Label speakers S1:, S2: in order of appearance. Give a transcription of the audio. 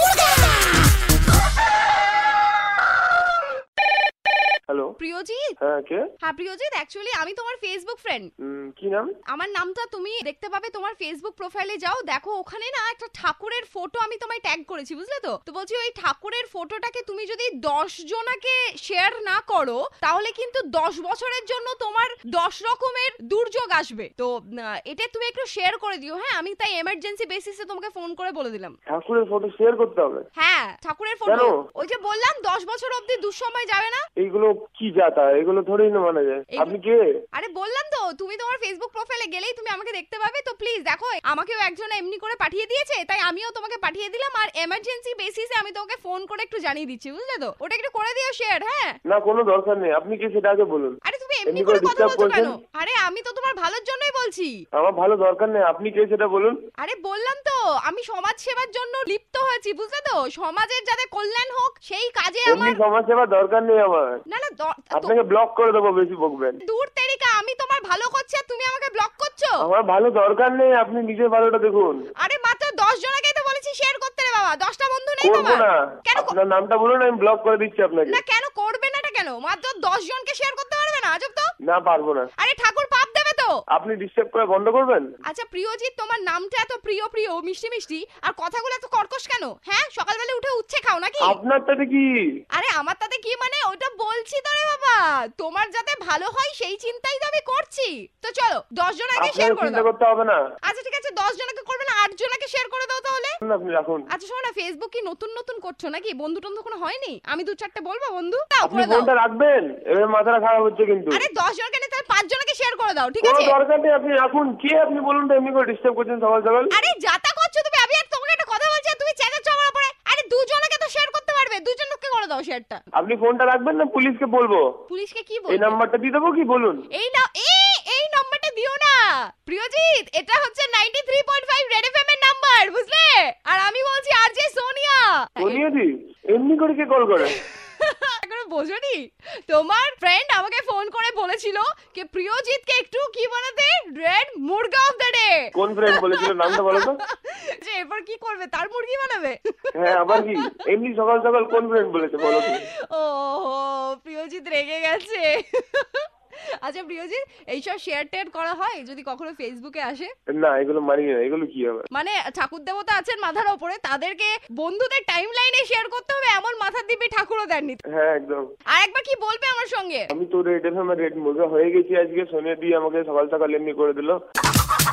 S1: হ্যাঁ কে
S2: হ্যাঁ প্রিয়জিৎ অ্যাকচুয়ালি আমি তোমার ফেসবুক ফ্রেন্ড
S1: উম, কি নাম
S2: আমার নামটা তুমি দেখতে পাবে তোমার ফেসবুক প্রোফাইলে যাও দেখো ওখানে না একটা ঠাকুরের ফটো আমি তোমায় ট্যাগ করেছি বুঝলে তো তো বলছি ওই ঠাকুরের ফটোটাকে তুমি যদি দশ জনাকে শেয়ার না করো তাহলে কিন্তু দশ বছরের জন্য তোমার দশ রকমের দুর্যোগ আসবে তো আহ, এটা তুমি একটু শেয়ার করে দিও হ্যাঁ আমি তাই এমার্জেন্সি বেসিসে তোমাকে ফোন করে বলে দিলাম
S1: ঠাকুরের ফটো শেয়ার করতে হবে
S2: হ্যাঁ ঠাকুরের ফটো
S1: কেন?
S2: ওই যে বললাম দশ বছর অবধি দুঃসময় যাবে না
S1: এইগুলো কি যাতা এগুলো থোড়ি না মানা যায়
S2: এইগুলো-
S1: আপনি কে
S2: আরে বললাম তো তুমি তোমার ফেসবুক প্রোফাইলে গেলেই তুমি আমাকে দেখতে পাবে তো প্লিজ দেখো আমাকেও একজন এমনি করে পাঠিয়ে দিয়েছে তাই আমিও তোমাকে পাঠিয়ে দিলাম আর এমার্জেন্সি বেসিসে আমি তোমাকে ফোন করে একটু জানিয়ে দিচ্ছি বুঝলে তো ওটা একটু করে দিও শেয়ার হ্যাঁ
S1: না কোনো দরকার নেই আপনি কে সেটা আগে বলুন
S2: আরে তুমি এমনি
S1: এমনি
S2: করে
S1: করে
S2: কথা
S1: disturb
S2: বলছো কেন
S1: করছেন?
S2: আরে আমি তো তোমার ভালোর জন্যই বলছি
S1: আমার ভালো দরকার নেই আপনি কে সেটা বলুন
S2: আরে বললাম তো আমি সমাজ সেবার জন্য লিপ্ত হয়েছি বুঝলে তো সমাজের যাতে কল্যাণ হোক সেই কাজে
S1: এমনি
S2: আমার
S1: সমাজ সেবা দরকার নেই আমার
S2: না না দ- তো-
S1: আপনাকে ব্লক করে দেবো বেশি বকবেন
S2: দূর তেরিকা আমি তোমার ভালো করছি আর তুমি আমাকে ব্লক করছো
S1: আমার ভালো দরকার নেই আপনি নিজের ভালোটা দেখুন
S2: আরে মাত্র দশ জনকেই তো বলেছি শেয়ার করতে রে বাবা দশটা বন্ধু নেই
S1: করবো
S2: তোমার
S1: না আচ্ছা,
S2: কেন কর-
S1: আপনার নামটা বলুন আমি ব্লক করে দিচ্ছি আপনাকে
S2: না কেন করবে না এটা কেন মাত্র দশ জনকে শেয়ার করতে পারবে না আজব তো
S1: না পারবো না
S2: আরে ঠাকুর পাপ দেবে তো
S1: আপনি ডিস্টার্ব করে বন্ধ করবেন
S2: আচ্ছা প্রিয়জিৎ তোমার নামটা এত প্রিয় প্রিয় মিষ্টি মিষ্টি আর কথাগুলো এত কর্কশ কেন হ্যাঁ সকালবেলা উঠে উচ্ছে খাও নাকি
S1: আপনার তাতে কি
S2: আরে আমার তাতে কি মানে ওটা বলছি তো রে বাবা তোমার যাতে ভালো হয় সেই চিন্তাই তো আমি করছি তো চলো দশ জন আগে শেয়ার করে
S1: আপনাকে চিন্তা
S2: দাও
S1: করতে হবে না
S2: আচ্ছা ঠিক আছে দশ জনকে করবে না আট জনকে শেয়ার করে দাও তাহলে
S1: শুনুন আপনি রাখুন
S2: আচ্ছা শোনো না ফেসবুক কি নতুন নতুন করছো নাকি বন্ধু টন্ধু কোনো হয়নি আমি দু চারটে বলবো বন্ধু দাও
S1: আপনি
S2: করে দাও
S1: ফোনটা রাখবেন এবার মাথাটা খারাপ হচ্ছে কিন্তু
S2: আরে দশ জনকে না তাহলে পাঁচ জনকে শেয়ার করে দাও ঠিক
S1: কোনো
S2: আছে
S1: দরকার নেই আপনি রাখুন কে আপনি বলুন তো এমনি করে ডিস্টার্ব করছেন সকাল সকাল
S2: আরে যাতা করছো তুমি আমি আর তোমাকে একটা কথা বলছি আর তুমি চেঁচাচ্ছ আমার উপরে আরে দুজনকে তো শেয়ার করতে পারবে দুজনকে করে দাও শেয়ারটা
S1: আপনি ফোনটা রাখবেন না পুলিশকে বলবো
S2: পুলিশকে কি
S1: এই
S2: বলবো
S1: নাম্বারটা দিয়ে দেবো কি বলুন
S2: এই নাও এই এই নাম্বারটা দিও না প্রিয়জিৎ এটা হচ্ছে 93.5 রেড এফএম এর নাম্বার বুঝলে আর আমি বলছি আর যে সোনিয়া
S1: সোনিয়াদি এমনি করে কে কল করে
S2: এখনো বোঝনি তোমার ফ্রেন্ড আমাকে ফোন করে বলেছিল যে প্রিয়জিৎকে একটু কি বলতে Red Murga of the day
S1: কোন ফ্রেন্ড বলেছিল নামটা বলো তো
S2: যে এরপর কি করবে তার মুরগি বানাবে
S1: হ্যাঁ আবার কি এমনি সকাল সকাল কোন ফ্রেন্ড বলেছে বলো তো
S2: ও প্রিয়জিৎ রেগে গেছে আচ্ছা প্রিয়জিৎ এইসব শেয়ার টেয়ার করা হয় যদি কখনো ফেসবুকে আসে
S1: না এগুলো মানি না এগুলো কি হবে
S2: মানে ঠাকুর দেবতা আছেন মাথার ওপরে তাদেরকে বন্ধুদের টাইম লাইনে শেয়ার করতে হবে এমন মাথার দিবি ঠাকুরও দেননি
S1: হ্যাঁ একদম
S2: আর একবার কি বলবে আমার সঙ্গে
S1: আমি তো রেড এফএম রেড মুরগা হয়ে গেছি আজকে সোনিয়া দিয়ে আমাকে সকাল সকাল এমনি করে দিলো